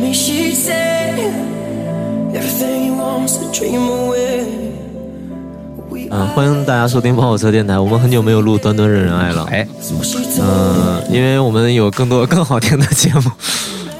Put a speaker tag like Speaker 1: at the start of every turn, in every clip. Speaker 1: me, she said, everything he wants to dream away. We
Speaker 2: 嗯，欢迎大家收听跑火车电台。我们很久没有录《端端人人爱》了，
Speaker 3: 哎，
Speaker 1: she
Speaker 2: 嗯、因为我们有更多 更好听的节目。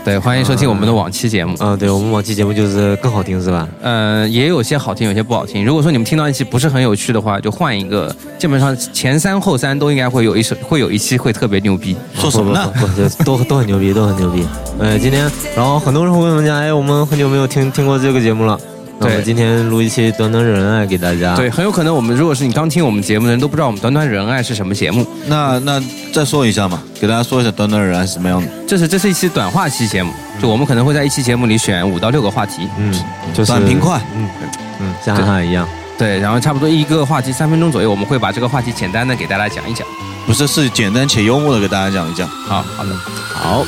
Speaker 3: 对，欢迎收听我们的往期节目。
Speaker 2: 嗯、对，我们往期节目就是更好听是吧？
Speaker 3: 嗯，也有些好听，有些不好听。如果说你们听到一期不是很有趣的话，就换一个。基本上前三后三都应该会有一首，会有一期会特别牛逼。
Speaker 4: 说什么呢？
Speaker 2: 嗯不不不不都 都很牛逼，都很牛逼。呃，今天，然后很多人会问我们讲，哎，我们很久没有听听过这个节目了。那我们
Speaker 3: 对
Speaker 2: 今天录一期《端端人人爱》给大家。
Speaker 3: 对，，很有可能我们如果是你刚听我们节目的人都不知道我们短短仁爱是什么节目，
Speaker 4: 那那再说一下嘛，给大家说一下端端人爱是什么样的。
Speaker 3: 这是这是一期短话期节目，就我们可能会在一期节目里选五到六个话题，
Speaker 2: 嗯，就是
Speaker 4: 短平快
Speaker 2: 嗯嗯，像涵涵一样。
Speaker 3: 对，然后差不多一个话题三分钟左右，我们会把这个话题简单的给大家讲一讲。
Speaker 4: 不是，是简单且幽默的给大家讲一讲。
Speaker 3: 好好的，
Speaker 2: 好，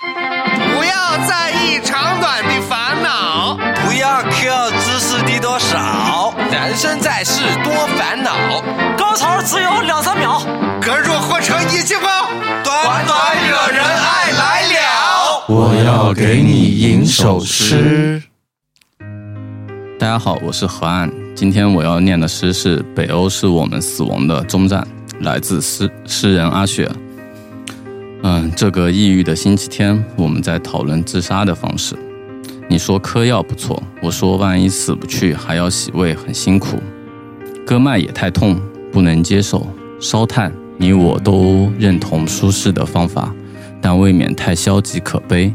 Speaker 5: 不要在意长短的烦恼，不要 care 知识的多少，人生在世多烦恼，高潮只有两三秒，可若换成一气泡，短短惹人爱来了。
Speaker 6: 我要给你吟首诗。大家好，我是何岸。今天我要念的诗是《北欧是我们死亡的终站》，来自诗诗人阿雪。嗯，这个抑郁的星期天，我们在讨论自杀的方式。你说嗑药不错，我说万一死不去还要洗胃，很辛苦。割脉也太痛，不能接受。烧炭，你我都认同舒适的方法，但未免太消极可悲。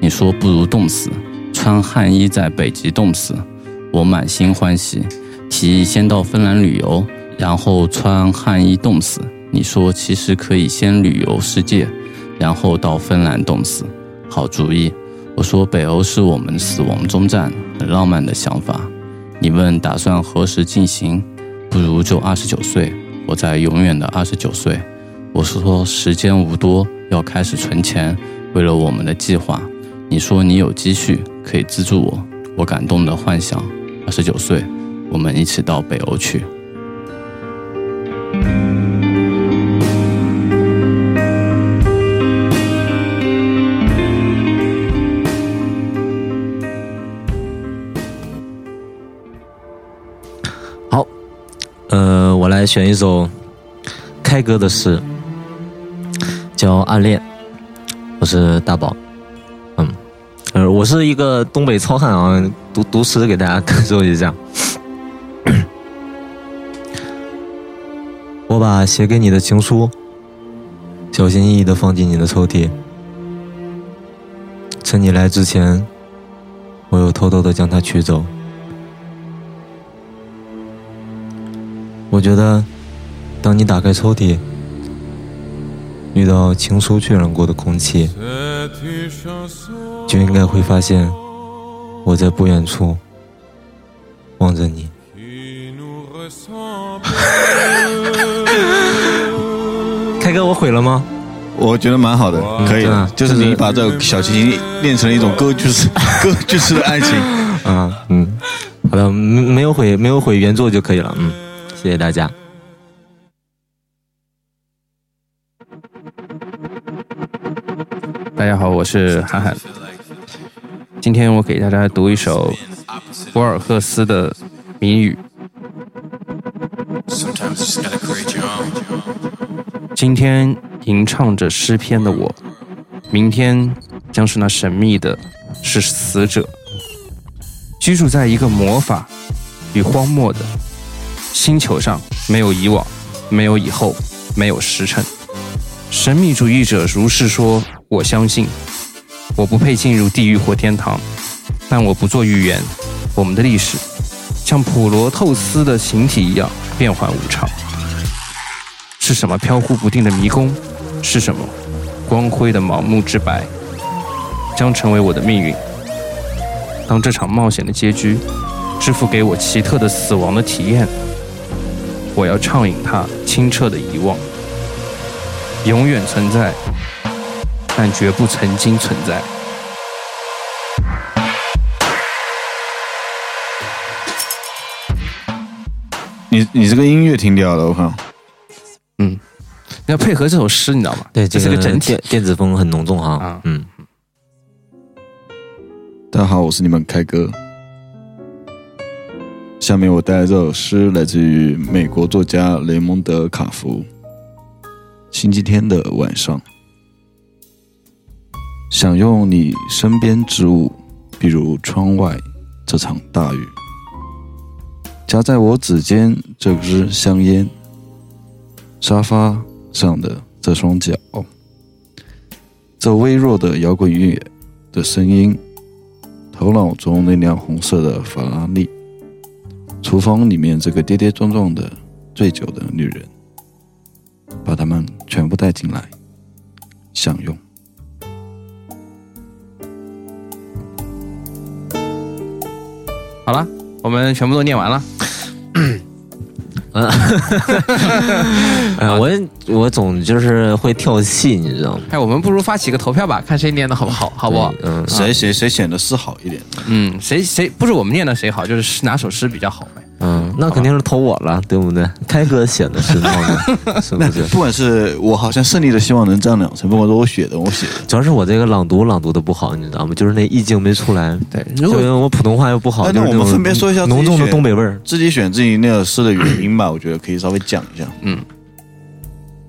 Speaker 6: 你说不如冻死，穿汗衣在北极冻死，我满心欢喜，提议先到芬兰旅游，然后穿汗衣冻死。你说其实可以先旅游世界，然后到芬兰冻死，好主意。我说北欧是我们死亡终站，很浪漫的想法。你问打算何时进行，不如就二十九岁，我在永远的二十九岁。我是说时间无多，要开始存钱，为了我们的计划。你说你有积蓄，可以资助我，我感动的幻想。二十九岁，我们一起到北欧去。
Speaker 2: 呃，我来选一首开歌的诗，叫《暗恋》。我是大宝，嗯，呃，我是一个东北糙汉啊，读读诗给大家感受一下。 我把写给你的情书，小心翼翼的放进你的抽屉。趁你来之前，我又偷偷的将它取走。我觉得，当你打开抽屉，遇到情书渲染过的空气，就应该会发现，我在不远处望着你。 开哥，我毁了吗？
Speaker 4: 我觉得蛮好的，可以
Speaker 2: 对啊
Speaker 4: 的，就是
Speaker 2: 就是
Speaker 4: 你把这个小清新练成了一种歌剧式 歌剧式的 爱情。
Speaker 2: 啊，嗯，好的，没没有毁，没有毁原作就可以了。嗯，谢谢大家。
Speaker 3: 大家好，我是涵涵。今天我给大家读一首博尔赫斯的谜语。今天吟唱着诗篇的我，明天将是那神秘的，是死者，居住在一个魔法与荒漠的星球上，没有以往，没有以后，没有时辰。神秘主义者如是说：“我相信，我不配进入地狱或天堂，但我不做预言。我们的历史像普罗透斯的形体一样变幻无常。是什么飘忽不定的迷宫？是什么光辉的盲目之白？将成为我的命运。当这场冒险的结局支付给我奇特的死亡的体验，我要畅饮它清澈的遗忘。”永远存在，但绝不曾经存在。
Speaker 7: 你你这个音乐停掉了，我靠！
Speaker 3: 要配合这首诗，你知道吗？
Speaker 2: 对，
Speaker 3: 这
Speaker 2: 这
Speaker 3: 是个整体
Speaker 2: 电电子风很浓重哈
Speaker 3: 啊。
Speaker 2: 嗯，
Speaker 7: 大家好，我是你们开哥。下面我带来这首诗，来自于美国作家雷蒙德·卡福。星期天的晚上，享用你身边之物，比如窗外这场大雨，夹在我指尖这支香烟，沙发上的这双脚，这微弱的摇滚乐的声音。头脑中那辆红色的法拉利，厨房里面这个跌跌撞撞的醉酒的女人，把他们全部带进来享用。
Speaker 3: 好了，我们全部都念完了。啊
Speaker 2: 呃我我总就是会跳戏，你知道吗？
Speaker 3: 哎，我们不如发起个投票吧，看谁念的好不好，好不好？
Speaker 2: 对嗯，
Speaker 7: 谁谁谁显得诗好一点？
Speaker 3: 嗯，谁谁不是我们念的谁好，就是诗哪首诗比较好呗。
Speaker 2: 嗯，那肯定是投我了，对不对？ 开哥写的是闹呢，是不是？
Speaker 7: 不管是我好像胜利的希望能占两成，不管是我写的我写的，
Speaker 2: 主要是我这个朗读朗读的不好，你知道吗？就是那意境没出来。
Speaker 3: 对，
Speaker 2: 就
Speaker 3: 如果
Speaker 2: 因为我普通话又不好，
Speaker 7: 哎
Speaker 2: 就是
Speaker 7: 那我们
Speaker 2: 种
Speaker 7: 分别说一下自己
Speaker 2: 浓重的
Speaker 7: 选
Speaker 2: 东北味儿。
Speaker 7: 自己选自己那首诗的原因吧，我觉得可以稍微讲一下。
Speaker 3: 嗯，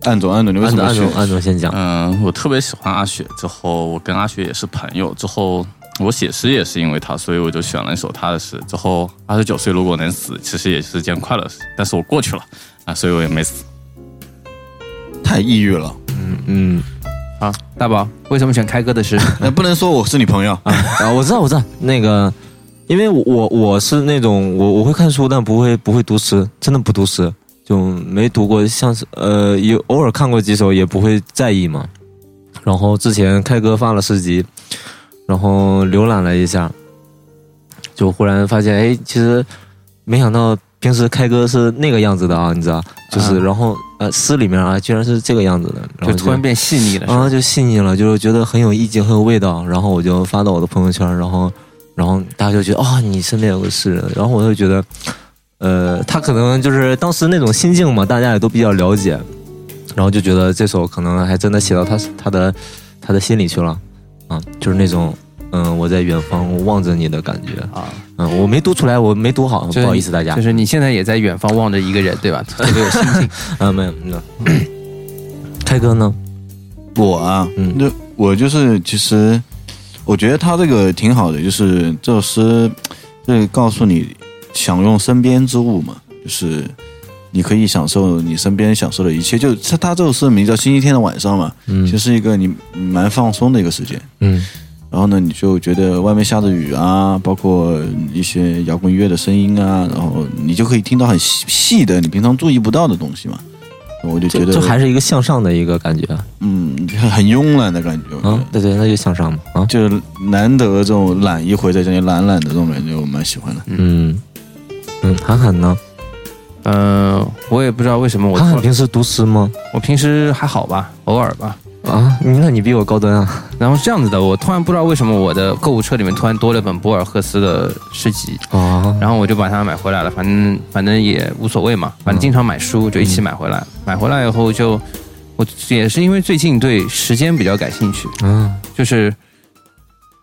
Speaker 7: 暗总暗总，你为
Speaker 2: 按
Speaker 7: 什
Speaker 2: 总
Speaker 7: 么
Speaker 2: 按
Speaker 7: 选
Speaker 2: 总？按总先讲，
Speaker 6: 嗯，我特别喜欢阿雪，之后我跟阿雪也是朋友，之后我写诗也是因为她，所以我就选了一首她的诗。之后二十九岁如果能死，其实也是件快乐的事，但是我过去了啊，所以我也没死。
Speaker 7: 太抑郁了，
Speaker 2: 嗯
Speaker 3: 啊，大宝为什么选开哥 的诗？
Speaker 7: 那哎不能说我是你朋友。
Speaker 2: 啊，我知道我知道那个，因为我我我是那种我我会看书，但不会不会读诗，真的不读诗，就没读过，像是呃有偶尔看过几首，也不会在意嘛。然后之前开哥发了诗集，然后浏览了一下，就忽然发现，哎，其实没想到平时开哥是那个样子的啊，你知道，就是、
Speaker 3: 啊
Speaker 2: 然后呃诗里面啊，居然是这个样子的，然后嗯
Speaker 3: 就突然变细腻了，是
Speaker 2: 然
Speaker 3: 吧
Speaker 2: 后就细腻了，就是觉得很有意境，很有味道。然后我就发到我的朋友圈，然后，然后大家就觉得啊、你身边有个诗人。然后我就觉得，呃，他可能就是当时那种心境嘛，大家也都比较了解，然后就觉得这首可能还真的写到他他的他的心里去了，啊，就是那种。嗯，我在远方望着你的感觉。
Speaker 3: 啊，
Speaker 2: 嗯，我没读出来，我没读好，
Speaker 3: 就是
Speaker 2: 不好意思大家
Speaker 3: 就。是你现在也在远方望着一个人，对吧？特别有心境。
Speaker 2: 嗯，没有，没有。开哥呢？
Speaker 7: 我啊，
Speaker 2: 嗯
Speaker 7: 那我就是其实，我觉得他这个挺好的，就是这首诗，就是告诉你享用身边之物嘛，就是你可以享受你身边享受的一切。就他他这首诗的名字叫《星期天的晚上》嘛，
Speaker 2: 嗯
Speaker 7: 其实是一个你蛮放松的一个时间。
Speaker 2: 嗯
Speaker 7: 然后呢，你就觉得外面下着雨啊，包括一些摇滚乐的声音啊，然后你就可以听到很细细的你平常注意不到的东西嘛。我就觉
Speaker 2: 就
Speaker 7: 得，
Speaker 2: 就还是一个向上的一个感觉啊。
Speaker 7: 嗯，很很慵懒的感觉。我觉得
Speaker 2: 啊，对对，那就向上嘛啊，
Speaker 7: 就是难得这种懒一回，在家里懒懒的这种感觉，我蛮喜欢的。
Speaker 2: 嗯嗯，韩寒呢？
Speaker 3: 嗯，我也不知道为什么我
Speaker 2: 韩寒平时读诗吗？
Speaker 3: 我平时还好吧，偶尔吧。
Speaker 2: 啊，你那你比我高端啊！
Speaker 3: 然后这样子的，我突然不知道为什么我的购物车里面突然多了本博尔赫斯的诗集，
Speaker 2: 啊，
Speaker 3: 然后我就把它买回来了，反正反正也无所谓嘛，反正经常买书就一起买回来，买回来以后就我也是因为最近对时间比较感兴趣，
Speaker 2: 嗯
Speaker 3: 就是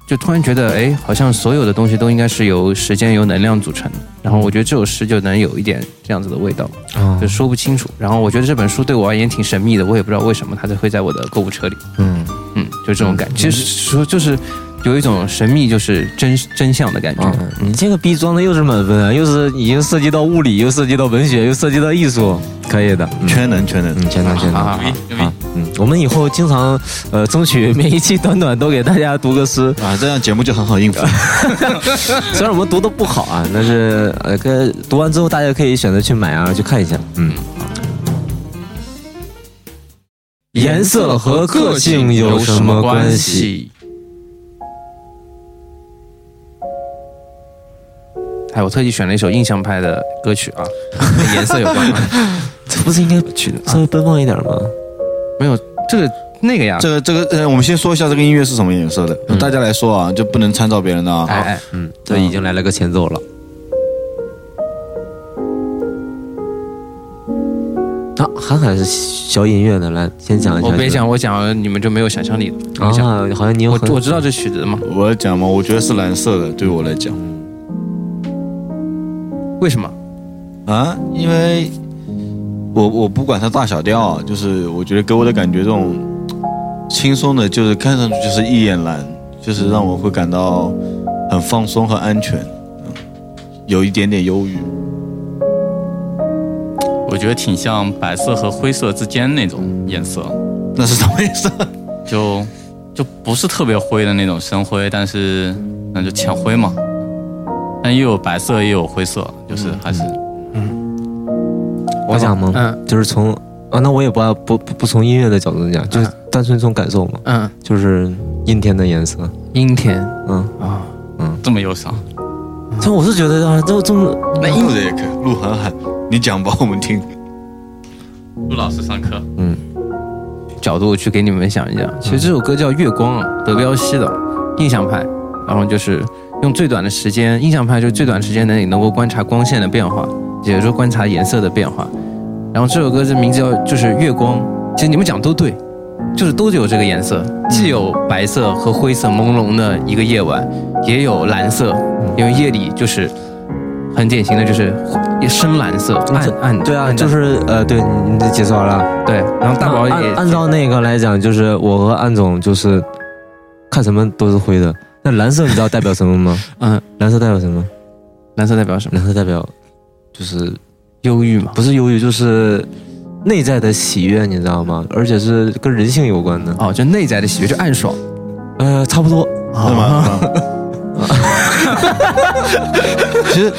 Speaker 3: 就突然觉得哎，好像所有的东西都应该是由时间由能量组成的，然后我觉得这首诗就能有一点这样子的味道，
Speaker 2: 啊
Speaker 3: 就说不清楚。然后我觉得这本书对我而言挺神秘的，我也不知道为什么它就会在我的购物车里，
Speaker 2: 嗯，
Speaker 3: 嗯，就这种感觉，其实说就是有一种神秘就是真真相的感觉，
Speaker 2: 啊，你这个逼装的又是满分啊，又是已经涉及到物理，又涉及到文学，又涉及到艺术，可以的，嗯
Speaker 7: 全能，全能。
Speaker 2: 嗯，全能全能
Speaker 3: 啊
Speaker 2: 啊，嗯，我们以后经常呃争取每一期短短都给大家读个诗，
Speaker 7: 啊，这样节目就很好应付。
Speaker 2: 啊 虽然我们读的不好啊，但是呃，跟读完之后大家可以选择去买啊，去看一下，嗯。颜色和个性有什么关系？？
Speaker 3: 哎，我特意选了一首印象派的歌曲 啊，跟颜色有关吗？
Speaker 2: 这不是应该
Speaker 3: 去的
Speaker 2: 稍微奔放一点吗？
Speaker 3: 没有这个那个呀，
Speaker 7: 这个这个，呃，我们先说一下这个音乐是什么颜色
Speaker 2: 嗯
Speaker 7: 的，大家来说啊，就不能参照别人的啊。
Speaker 3: 哎哎，
Speaker 2: 嗯，这已经来了个前奏了。啊，韩寒是小音乐的，来先讲一下。
Speaker 3: 嗯我别讲，我讲了你们就没有想象力了。你们
Speaker 2: 啊
Speaker 3: 讲，，
Speaker 2: 好像你有
Speaker 3: 我
Speaker 2: 很
Speaker 3: 我知道这曲子嘛，
Speaker 7: 我来讲嘛，我觉得是蓝色的，对我来讲
Speaker 3: 为什么？
Speaker 7: 啊，因为我我不管它大小调啊，就是我觉得给我的感觉，这种轻松的，就是看上去就是一眼蓝，就是让我会感到很放松和安全，嗯有一点点忧郁。
Speaker 6: 我觉得挺像白色和灰色之间那种颜色，
Speaker 7: 那是什么意思？
Speaker 6: 就就不是特别灰的那种深灰，但是那就浅灰嘛。但又有白色，也有灰色，就是还是
Speaker 2: 我讲吗？
Speaker 3: 嗯
Speaker 2: 就是从啊，那我也不爱不不不从音乐的角度讲，就是单纯从感受嘛，
Speaker 3: 嗯，
Speaker 2: 就是阴天的颜色，
Speaker 3: 阴天
Speaker 2: 嗯。
Speaker 3: 啊，
Speaker 6: 这么忧伤。
Speaker 2: 这我是觉得啊，这这么
Speaker 7: 那录的也可以，鹿晗喊你讲吧，我们听。
Speaker 6: 陆老师上课，
Speaker 3: 角度去给你们想一想。其实这首歌叫《月光》
Speaker 2: 嗯
Speaker 3: 啊，德彪西的印象派，然后就是用最短的时间，印象派就是最短时间内能够观察光线的变化，也就是说观察颜色的变化。然后这首歌的名字叫就是《月光》，其实你们讲都对，就是都有这个颜色，
Speaker 2: 嗯
Speaker 3: 既有白色和灰色朦胧的一个夜晚，也有蓝色，
Speaker 2: 嗯
Speaker 3: 因为夜里就是很典型的就是深蓝色，暗暗
Speaker 2: 对啊，
Speaker 3: 暗淡
Speaker 2: 就是呃，对你你介绍了。
Speaker 3: 对。然后大宝也
Speaker 2: 按按照那个来讲，就是我和安总就是看什么都是灰的。那蓝色你知道代表什么吗？
Speaker 3: 嗯，
Speaker 2: 蓝色代表什么？
Speaker 3: 蓝色代表什么？
Speaker 2: 蓝色代表就是
Speaker 3: 忧郁嘛。
Speaker 2: 不是忧郁，就是内在的喜悦，你知道吗？而且是跟人性有关的。
Speaker 3: 哦，就内在的喜悦，就暗爽。
Speaker 2: 呃，差不多。
Speaker 7: 是吗？ 其实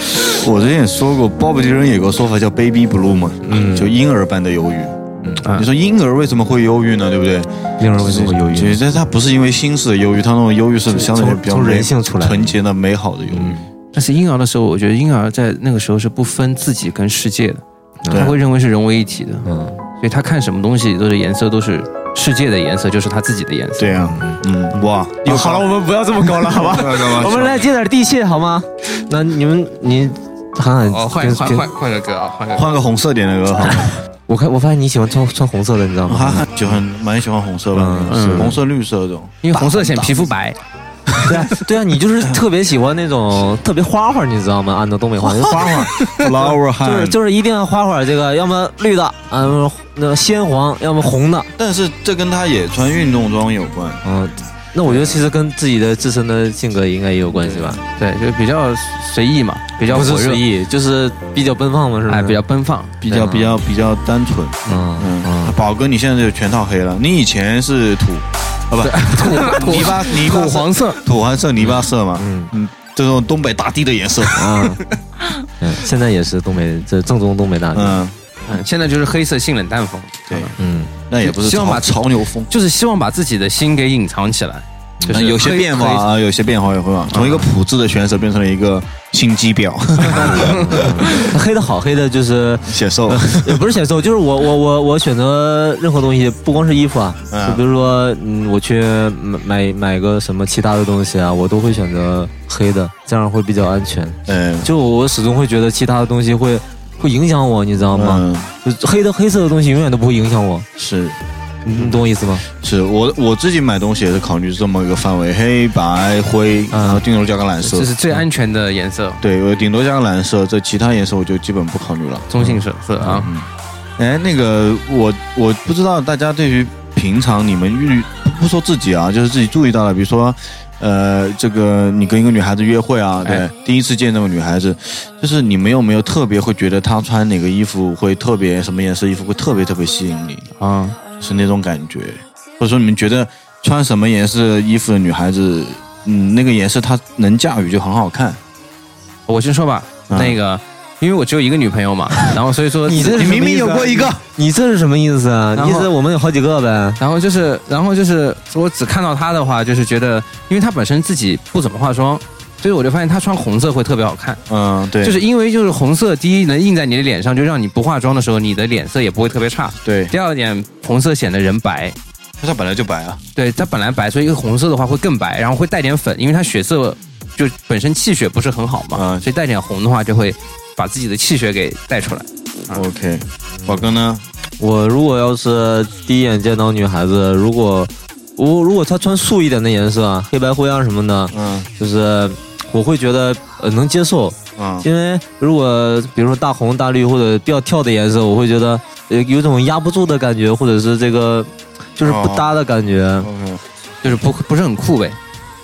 Speaker 7: 我之前也说过，鲍勃迪伦有个说法叫 “baby blue” 嘛，就婴儿般的忧郁。
Speaker 3: 嗯
Speaker 7: 你说婴儿为什么会忧郁呢？对不对？
Speaker 2: 令人为什么忧
Speaker 7: 其
Speaker 2: 郁？
Speaker 7: 实他不是因为心事的忧郁，他那种忧郁是相对比较
Speaker 2: 从
Speaker 7: 美
Speaker 2: 人性出来的
Speaker 7: 纯洁的、美好的忧郁。
Speaker 3: 但是婴儿的时候，我觉得婴儿在那个时候是不分自己跟世界的，
Speaker 7: 对
Speaker 3: 他会认为是融为一体的，
Speaker 2: 嗯，
Speaker 3: 所以他看什么东西都是颜色都是世界的颜色，就是他自己的颜色。
Speaker 7: 对啊，嗯，哇，又好了，我 们不要这么高了，好吧？
Speaker 2: 我们来接点地气好吗？那你们你韩寒
Speaker 8: 哦，换
Speaker 2: 跟
Speaker 8: 换
Speaker 2: 跟
Speaker 8: 换换个歌啊，换个歌。
Speaker 7: 换个红色点的歌 好吗？
Speaker 2: 我看我发现你喜欢穿穿红色的，你知道
Speaker 7: 我
Speaker 2: 吗？
Speaker 7: 还喜欢，蛮喜欢红色的，
Speaker 3: 嗯
Speaker 7: 红色、绿色这种。
Speaker 3: 因为红色显皮肤白，
Speaker 2: 对啊，对啊，你就是特别喜欢那种特别花花，你知道吗？按照东北话，花 花
Speaker 7: Flower
Speaker 2: 就是就是一定要花花，这个要么绿的，嗯，那鲜黄，要么红的，
Speaker 7: 但是这跟他也穿运动装有关。
Speaker 2: 嗯。那我觉得其实跟自己的自身的性格应该也有关系吧，
Speaker 3: 对，就比较随意嘛，比较
Speaker 2: 不是
Speaker 3: 火热
Speaker 2: 随，意，就是比较奔放嘛，是吧？
Speaker 3: 哎，比较奔放。
Speaker 7: 比较
Speaker 2: 对啊
Speaker 7: 比较比较单纯。
Speaker 2: 嗯
Speaker 7: 嗯
Speaker 2: 嗯，，
Speaker 7: 宝哥，你现在就全套黑了，你以前是土，啊 不，泥巴泥巴
Speaker 3: 土黄色，
Speaker 7: 土黄色泥巴色嘛，
Speaker 2: 嗯
Speaker 7: 嗯，这种东北大地的颜色，
Speaker 2: 啊，嗯，现在也是东北这正宗东北大地，
Speaker 7: 嗯，
Speaker 3: 嗯，现在就是黑色性冷淡风，
Speaker 7: 对，
Speaker 2: 嗯，
Speaker 7: 那也不是
Speaker 3: 希望
Speaker 7: 潮
Speaker 3: 把
Speaker 7: 潮牛风，
Speaker 3: 就是希望把自己的心给隐藏起来，就
Speaker 7: 嗯
Speaker 3: 是
Speaker 7: 有些
Speaker 3: 黑
Speaker 7: 变化，啊，有些变化也会嘛，从一个朴质的选手变成了一个心机婊
Speaker 2: 黑的好，黑的就是
Speaker 7: 显瘦，
Speaker 2: 也不是显瘦，就是我我我我选择任何东西，不光是衣服啊，
Speaker 7: 嗯
Speaker 2: 就比如说嗯，我去买买买个什么其他的东西啊，我都会选择黑的，这样会比较安全。
Speaker 7: 嗯
Speaker 2: 就我始终会觉得其他的东西会会影响我，你知道吗？
Speaker 7: 嗯，
Speaker 2: 就黑的黑色的东西永远都不会影响我，
Speaker 7: 是。
Speaker 2: 你你懂我意思吗？
Speaker 7: 是我我自己买东西也是考虑这么一个范围，黑白灰，
Speaker 2: 嗯
Speaker 7: 然后顶多加个蓝色
Speaker 3: 这。是最安全的颜色，
Speaker 7: 对，我顶多加个蓝色，这其他颜色我就基本不考虑了。
Speaker 3: 中性色色啊。
Speaker 7: 哎，那个我我不知道大家对于平常你们遇不说自己啊，就是自己注意到了，比如说，呃，这个你跟一个女孩子约会啊，对，
Speaker 3: 哎
Speaker 7: 第一次见这个女孩子，就是你们有没有特别会觉得她穿哪个衣服会特别什么颜色衣服会特别特别吸引你，
Speaker 3: 啊，
Speaker 7: 是那种感觉，或者说你们觉得穿什么颜色衣服的女孩子，嗯，那个颜色她能驾驭就很好看。
Speaker 3: 我先说吧，
Speaker 7: 嗯
Speaker 3: 那个，因为我只有一个女朋友 嘛，然后所以说
Speaker 2: 你这是
Speaker 7: 你
Speaker 2: 什么
Speaker 7: 明明
Speaker 2: 意思
Speaker 7: 有
Speaker 2: 啊
Speaker 7: 过一个，
Speaker 2: 你这是什么意思啊？
Speaker 3: 然
Speaker 2: 你
Speaker 3: 后
Speaker 2: 意思我们有好几个呗？
Speaker 3: 然后就是，然后就是，我只看到她的话，就是觉得，因为她本身自己不怎么化妆，所以我就发现她穿红色会特别好看。
Speaker 7: 嗯，对，
Speaker 3: 就是因为就是红色，第一能印在你的脸上，就让你不化妆的时候，你的脸色也不会特别差。
Speaker 7: 对，
Speaker 3: 第二点，红色显得人白，
Speaker 7: 她本来就白啊，
Speaker 3: 对，它本来白，所以一个红色的话会更白，然后会带点粉，因为它血色就本身气血不是很好嘛，
Speaker 7: 嗯
Speaker 3: 所以带点红的话就会把自己的气血给带出来。
Speaker 7: 嗯 OK，宝哥呢？
Speaker 2: 我如果要是第一眼见到女孩子，如果我如果她穿素一点的颜色啊，黑白灰啊什么的，
Speaker 7: 嗯
Speaker 2: 就是我会觉得呃能接受，
Speaker 7: 嗯
Speaker 2: 因为如果比如说大红大绿或者比较跳的颜色，我会觉得呃有种压不住的感觉，或者是这个就是不哦搭的感觉。
Speaker 7: ，OK，
Speaker 3: 就是不不是很酷呗。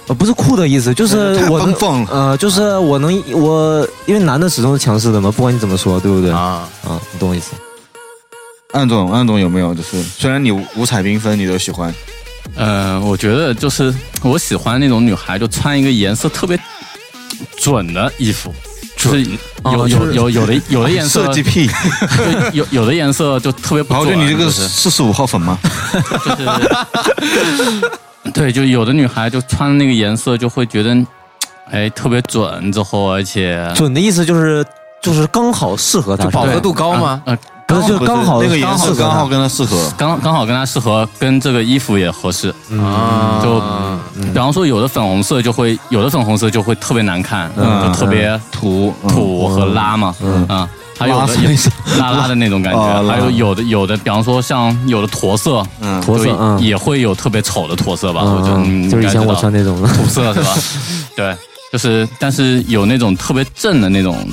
Speaker 2: 呃，不是酷的意思，就是
Speaker 7: 太
Speaker 2: 我
Speaker 7: 奔
Speaker 2: 能，
Speaker 7: 放了
Speaker 2: 呃，就是我能，我因为男的始终是强势的嘛，不管你怎么说，对不对？啊，
Speaker 7: 啊！
Speaker 2: 你懂我意思。
Speaker 7: 暗总，暗总有没有就是虽然你五彩缤纷，你都喜欢，
Speaker 6: 呃，我觉得就是我喜欢那种女孩，就穿一个颜色特别准的衣服，就是有
Speaker 2: 哦就
Speaker 6: 有
Speaker 2: 是
Speaker 6: 有有的有的颜色
Speaker 7: 啊 设计癖。
Speaker 6: 就有有的颜色就特别不
Speaker 7: 然后
Speaker 6: 准。
Speaker 7: 就你这个
Speaker 6: 就是
Speaker 7: 四十五号粉吗？
Speaker 6: 对，就有的女孩就穿那个颜色就会觉得，哎，特别准，之后而且
Speaker 2: 准的意思就是就是刚好适合他，
Speaker 3: 就饱
Speaker 2: 是吧啊
Speaker 3: 和度高吗？
Speaker 6: 呃，
Speaker 2: 不是就
Speaker 7: 不
Speaker 2: 是
Speaker 7: 是
Speaker 2: 刚好
Speaker 7: 那个颜色
Speaker 2: 适合
Speaker 7: 刚
Speaker 2: 他
Speaker 7: 好跟他适合。
Speaker 6: 刚刚好跟她适合，跟这个衣服也合适。
Speaker 3: 啊
Speaker 6: 就比方说，有的粉红色就会，有的粉红色就会特别难看，
Speaker 7: 嗯
Speaker 6: 就特别土土和拉嘛，啊，还有
Speaker 7: 拉
Speaker 6: 的
Speaker 7: 什么意思
Speaker 6: 拉拉的那种感
Speaker 7: 哦
Speaker 6: 觉，
Speaker 7: 拉
Speaker 6: 还有有的有的，比方说像有的驼色，
Speaker 7: 嗯，
Speaker 2: 驼色
Speaker 6: 对
Speaker 2: 嗯
Speaker 6: 也会有特别丑的驼色吧，我觉得
Speaker 2: 嗯，
Speaker 6: 你
Speaker 2: 就是
Speaker 6: 应
Speaker 2: 以
Speaker 6: 该
Speaker 2: 前
Speaker 6: 知
Speaker 2: 我
Speaker 6: 道
Speaker 2: 穿那种的，
Speaker 6: 土色是吧？对，就是但是有那种特别正的那种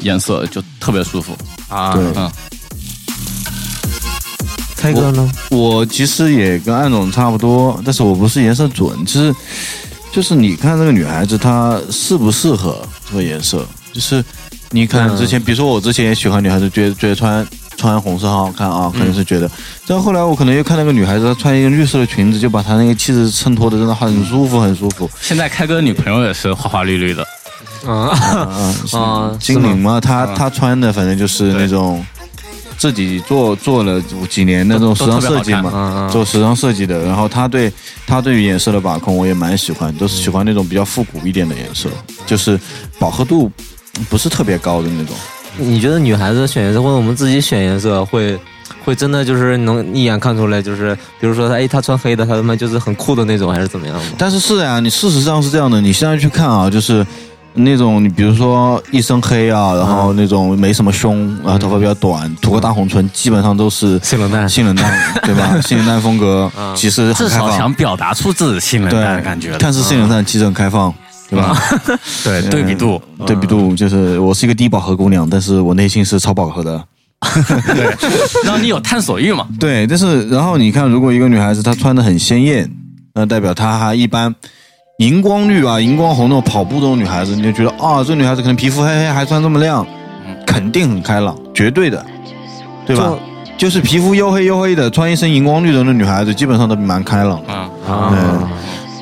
Speaker 6: 颜色，就特别舒服。
Speaker 3: 啊
Speaker 7: 对，
Speaker 6: 嗯，
Speaker 2: 开哥呢？
Speaker 7: 我其实也跟暗总差不多，但是我不是颜色准，就是就是你看这个女孩子她适不适合这个颜色，就是你可能之前，比如说我之前也喜欢女孩子，觉得觉得穿穿红色很好看啊，可能是觉得，但后来我可能又看那个女孩子她穿一个绿色的裙子，就把她那个气质衬托的真的很舒服，很舒服。
Speaker 6: 现在开哥的女朋友也是花花绿绿的，
Speaker 2: 啊
Speaker 7: 啊
Speaker 2: 啊
Speaker 7: 精灵嘛，她她穿的反正就是那种自己做做了几年那种时
Speaker 6: 都
Speaker 7: 尚
Speaker 6: 特别
Speaker 7: 设
Speaker 6: 好
Speaker 7: 计
Speaker 6: 看
Speaker 7: 嘛，
Speaker 2: 啊
Speaker 7: 做时尚设计的，然后他对他对于颜色的把控，我也蛮喜欢，都是喜欢那种比较复古一点的颜色，就是饱和度不是特别高的那种。
Speaker 2: 你觉得女孩子选颜色，或者我们自己选颜色，会会真的就是能一眼看出来，就是比如说她，哎，她穿黑的，她他妈就是很酷的那种，还是怎么样吗？
Speaker 7: 但是是啊，你事实上是这样的，你现在去看啊，就是。那种你比如说一身黑啊，然后那种没什么胸，然后头发比较短，涂个大红唇，基本上都是
Speaker 2: 性冷淡
Speaker 7: 性冷淡，对吧？性冷淡风格
Speaker 2: 嗯
Speaker 7: 其实很
Speaker 6: 至
Speaker 7: 开
Speaker 6: 少
Speaker 7: 放
Speaker 6: 想，表达出自己性冷
Speaker 7: 对
Speaker 6: 淡的感觉了。
Speaker 7: 但是性冷淡其实很开放，对吧？
Speaker 6: 对对比度，
Speaker 7: 对比
Speaker 6: 嗯
Speaker 7: 度就是我是一个低饱和姑娘，但是我内心是超饱和的。
Speaker 6: 让你有探索欲嘛。
Speaker 7: 对，但是然后你看，如果一个女孩子她穿的很鲜艳，那代表她还一般。荧光绿啊，荧光红那种跑步这种女孩子，你就觉得啊，这女孩子可能皮肤黑黑，还穿这么亮，
Speaker 6: 嗯
Speaker 7: 肯定很开朗，绝对的，对吧？就是皮肤黝黑黝黑的，穿一身荧光绿的那女孩子，基本上都蛮开朗的。
Speaker 6: 嗯，
Speaker 7: 嗯，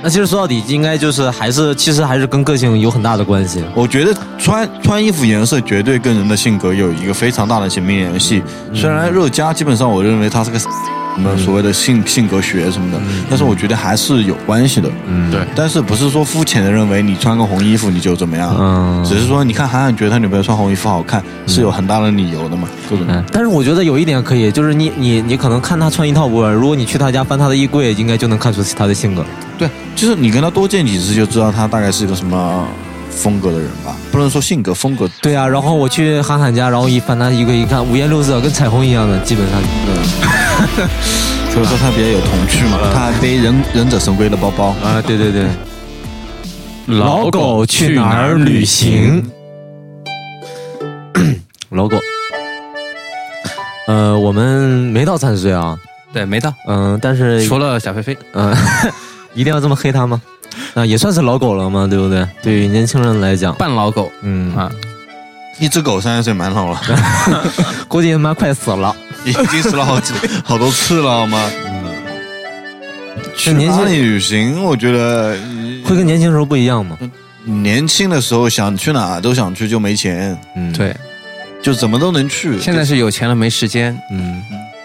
Speaker 2: 那其实说到底，应该就是还是其实还是跟个性有很大的关系。
Speaker 7: 我觉得穿穿衣服颜色绝对跟人的性格有一个非常大的紧密联系。
Speaker 2: 嗯
Speaker 7: 虽然热嘉基本上我认为他是个什么所谓的性性格学什么的，但是我觉得还是有关系的。
Speaker 2: 嗯
Speaker 6: 对
Speaker 7: 但是不是说肤浅的认为你穿个红衣服你就怎么样？
Speaker 2: 嗯
Speaker 7: 只是说你看韩寒觉得他女朋友穿红衣服好看，是有很大的理由的嘛，各种。
Speaker 2: 嗯，但是我觉得有一点可以，就是你你你可能看她穿一套不如果你去她家翻她的衣柜，应该就能看出她的性格。
Speaker 7: 对，就是你跟他多见几次就知道他大概是一个什么风格的人吧，不能说性格风格。
Speaker 2: 对啊，然后我去韩寒家，然后一翻她衣柜一看，五颜六色，跟彩虹一样的，基本上。
Speaker 7: 所以说他比较有童趣嘛，
Speaker 2: 嗯
Speaker 7: 他还背忍忍者神龟的包包。
Speaker 2: 啊，对对对，
Speaker 6: 老狗去哪儿旅行？
Speaker 2: 老狗，呃，我们没到三十岁啊，
Speaker 3: 对，没到。
Speaker 2: 嗯、但是
Speaker 3: 除了小飞飞，
Speaker 2: 嗯，一定要这么黑他吗？啊，也算是老狗了嘛，对不对？对于年轻人来讲，
Speaker 3: 半老狗
Speaker 2: 嗯，
Speaker 3: 啊，
Speaker 7: 一只狗三十岁蛮老了，
Speaker 2: 估计他妈快死了。
Speaker 7: 已经死了好 几好多次了，好吗？去
Speaker 2: 嗯那年轻
Speaker 7: 哪里旅行？我觉得嗯
Speaker 2: 会跟年轻时候不一样吗？
Speaker 7: 年轻的时候想去哪儿都想去，就没钱，
Speaker 2: 嗯，，
Speaker 3: 对，
Speaker 7: 就怎么都能去。
Speaker 3: 现在是有钱了没时间，
Speaker 2: 嗯，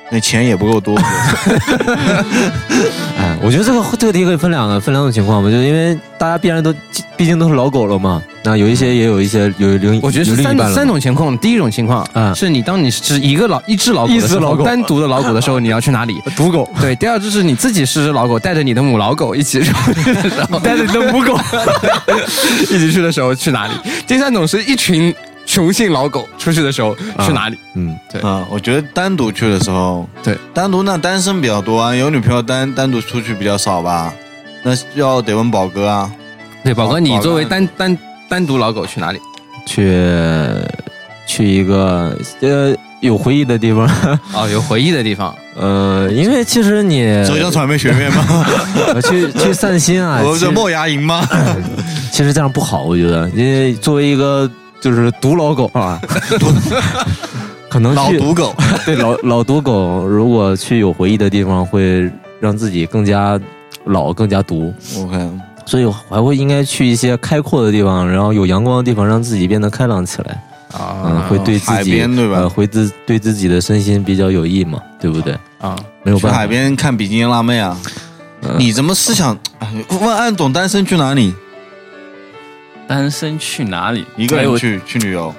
Speaker 7: 那钱也不够 多，
Speaker 2: 哎，我觉得这个这个题可以分两个分两种情况嘛，就是因为大家必然都毕竟都是老狗了嘛，那有一些也有一些有另
Speaker 3: 我觉得是
Speaker 2: 有另一
Speaker 3: 三
Speaker 2: 半了嘛
Speaker 3: 三种情况。第一种情况
Speaker 2: 嗯
Speaker 3: 是你当你是一个老一只老狗
Speaker 2: 一
Speaker 3: 的
Speaker 2: 只
Speaker 3: 时
Speaker 2: 老
Speaker 3: 候，
Speaker 2: 狗
Speaker 3: 单独的老狗的时候，你要去哪里？
Speaker 2: 赌狗，
Speaker 3: 对，第二就是你自己是只老狗，带着你的母老狗一起出去的时候，带着你的母狗一起去的时候去哪里？第三种是一群雄性老狗出去的时候去哪里？
Speaker 2: 嗯，
Speaker 7: 啊，我觉得单独去的时候，
Speaker 3: 对，
Speaker 7: 单独那单身比较多啊，有女朋友单单独出去比较少吧。那要得问宝哥啊，
Speaker 3: 对，宝
Speaker 7: 宝
Speaker 3: 哥，你
Speaker 7: 宝哥
Speaker 3: 作为单单单独老狗去哪里？
Speaker 2: 去去一个呃有回忆的地方，
Speaker 3: 哦，有回忆的地方，
Speaker 2: 呃，因为其实你
Speaker 7: 浙江传媒学院吗？
Speaker 3: 啊
Speaker 2: 呃去去散心呃 啊，
Speaker 7: 我
Speaker 2: 其
Speaker 7: 是
Speaker 2: 实
Speaker 7: 墨崖营 吗？
Speaker 2: 其实这样不好，我觉得，因为作为一个就是独老狗 啊，可能
Speaker 7: 老
Speaker 2: 去
Speaker 7: 赌狗，
Speaker 2: 对老老独狗，如果去有回忆的地方，会让自己更加老，更加独。
Speaker 7: 我看
Speaker 2: 所以我还会应该去一些开阔的地方，然后有阳光的地方，让自己变得开朗起来。
Speaker 3: 啊
Speaker 2: 嗯，会对自
Speaker 7: 海
Speaker 2: 己
Speaker 7: 边对吧
Speaker 2: 呃，会自对自己的身心比较有益嘛，对不对？嗯
Speaker 3: 啊，
Speaker 2: 没有
Speaker 7: 去
Speaker 2: 办法，
Speaker 7: 海边看比基尼辣妹啊。
Speaker 2: 嗯
Speaker 7: 你怎么思想？哎问安总单身去哪里？
Speaker 6: 单身去哪里？
Speaker 7: 一个
Speaker 6: 哎
Speaker 7: 人
Speaker 6: 我
Speaker 7: 去去旅游？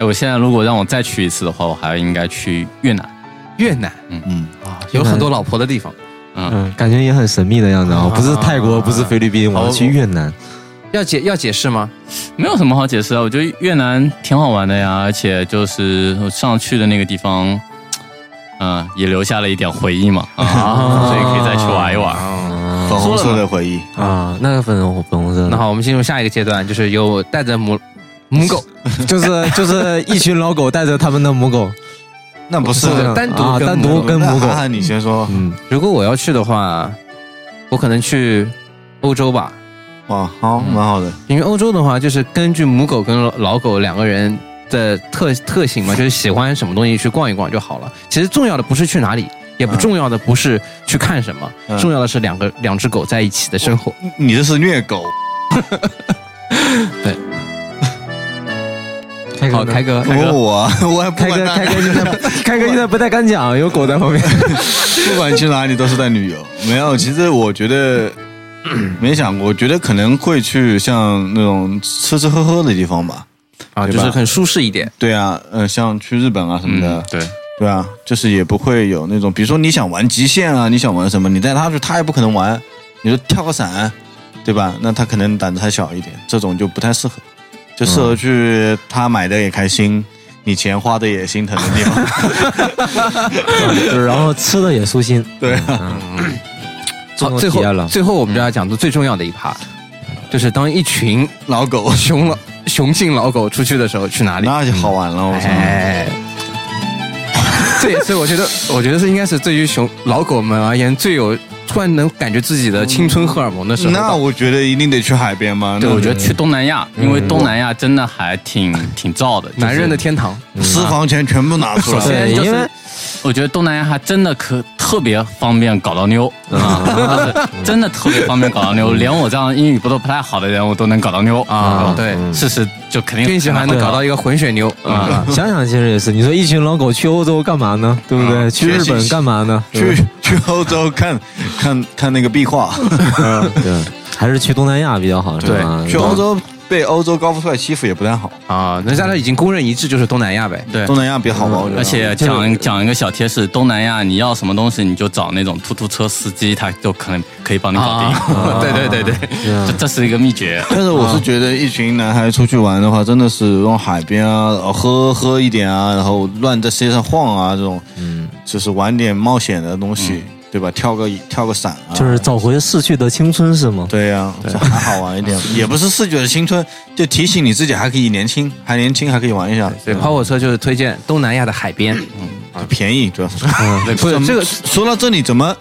Speaker 6: 哎我现在如果让我再去一次的话，我还应该去越南。
Speaker 3: 越南
Speaker 7: 嗯，
Speaker 3: 啊，有很多老婆的地方。
Speaker 2: 嗯，感觉也很神秘的样子啊，不是泰国，不是菲律宾，我要去越南。
Speaker 3: 要解要解释吗？
Speaker 6: 没有什么好解释啊，我觉得越南挺好玩的呀，而且就是我上去的那个地方，嗯、也留下了一点回忆嘛，啊， 所以可以再去玩一玩。
Speaker 7: 粉红色的回忆。
Speaker 2: 啊，那个粉红粉红色
Speaker 3: 那
Speaker 2: 的，
Speaker 3: 好，我们进入下一个阶段，就是有带着母母狗
Speaker 2: 就是就是一群老狗带着他们的母狗，
Speaker 7: 那不
Speaker 2: 是
Speaker 7: 是
Speaker 2: 的
Speaker 3: 单独
Speaker 2: 啊
Speaker 3: 跟
Speaker 2: 单
Speaker 3: 母
Speaker 2: 独
Speaker 3: 狗
Speaker 2: 跟 母狗
Speaker 7: 那，涵涵你先说
Speaker 2: 嗯，
Speaker 3: 如果我要去的话，我可能去欧洲吧，
Speaker 2: 嗯
Speaker 7: 哇，好，蛮好的。
Speaker 3: 因为欧洲的话就是根据母狗跟老狗两个人的特特性嘛，就是喜欢什么东西去逛一逛就好了。其实重要的不是去哪里，也不
Speaker 7: 嗯
Speaker 3: 重要的不是去看什么，
Speaker 7: 嗯
Speaker 3: 重要的是两个两只狗在一起的生活。
Speaker 2: 嗯
Speaker 7: 你这是虐狗。
Speaker 2: 开
Speaker 3: 好，凯哥，
Speaker 7: 我我啊 我还不
Speaker 2: 开
Speaker 7: 管
Speaker 2: 哥
Speaker 7: 他
Speaker 2: 开哥现在开哥现在不太敢讲，有狗在旁边。
Speaker 7: 不管去哪里都是在旅游。没有，其实我 觉得没想过，我觉得可能会去像那种吃吃喝喝的地方吧。
Speaker 3: 啊，
Speaker 7: 对
Speaker 3: 就
Speaker 7: 吧
Speaker 3: 是很舒适一点。
Speaker 7: 对啊，嗯、像去日本啊什么的，
Speaker 6: 嗯，对，
Speaker 7: 对啊，就是也不会有那种，比如说你想玩极限啊，你想玩什么，你带他去，他也不可能玩。你说跳个伞，对吧？那他可能胆子还小一点，这种就不太适合，就适合去他买的也开心，你钱花的也心疼的地 方。
Speaker 2: 就是然后吃的也舒心。
Speaker 7: 对啊
Speaker 2: 嗯，
Speaker 3: 好，最
Speaker 2: 最后体验
Speaker 3: 后
Speaker 2: 了，
Speaker 3: 最后我们就要讲的最重要的一趴，就是当一群
Speaker 7: 老狗，
Speaker 3: 雄老雄性老狗出去的时候去哪里？
Speaker 7: 那就好玩
Speaker 6: 嗯
Speaker 7: 了，我操！
Speaker 3: 哎， 这也是我觉得，我觉得是应该是对于熊老狗们而言最有突然能感觉自己的青春荷尔蒙的时候吧。
Speaker 7: 那我觉得一定得去海边嘛。
Speaker 6: 对，
Speaker 7: 那
Speaker 6: 我觉得去东南亚，因为东南亚真的还挺挺燥的，就是
Speaker 3: 男人的天堂，
Speaker 7: 私房钱全部拿出来。
Speaker 2: 对，
Speaker 6: 嗯就是
Speaker 2: 因为
Speaker 6: 我觉得东南亚还真的可特别方便搞到 妞啊，真的特别方便搞到妞，连我这样英语不都不太好的人，我都能搞到妞
Speaker 3: 嗯啊
Speaker 6: 啊。
Speaker 3: 对
Speaker 6: 事实就肯定
Speaker 3: 运气还能搞到一个混血牛啊！
Speaker 2: 想想其实也是，你说一群老狗去欧洲干嘛呢？对不对？去日
Speaker 7: 学习
Speaker 2: 本干嘛呢？
Speaker 7: 去去欧洲看看看那个壁画，
Speaker 2: 对，还是去东南亚比较好，是吧？
Speaker 7: 去欧洲被欧洲高富帅欺负也不太好，
Speaker 3: 啊，那大家已经公认一致就是东南亚呗。
Speaker 6: 对
Speaker 7: 东。南亚比较好吧？我觉得。
Speaker 6: 而
Speaker 3: 嗯
Speaker 6: 且讲讲一个小贴士，东南亚你要什么东西，你就找那种突突车司机，他就可能可以帮你搞定。
Speaker 3: 啊，对对对对，
Speaker 2: 对啊
Speaker 6: 这这是一个秘诀。
Speaker 7: 但是我是觉得一群男孩出去玩的话，真的是往海边啊，然后喝喝一点啊，然后乱在世界上晃啊，这种，嗯，就是玩点冒险的东西，对吧？跳个跳个伞啊，
Speaker 2: 就是找回逝去的青春是吗？
Speaker 7: 对呀、这还好玩一点，也不是逝去的青春，就提醒你自己还可以年轻，还年轻，还可以玩一下，
Speaker 3: 对，跑火车就是推荐东南亚的海边，
Speaker 7: 啊便宜主要是。
Speaker 2: 嗯
Speaker 3: 对不是
Speaker 7: 怎么
Speaker 3: 这个
Speaker 7: 说到这里，怎么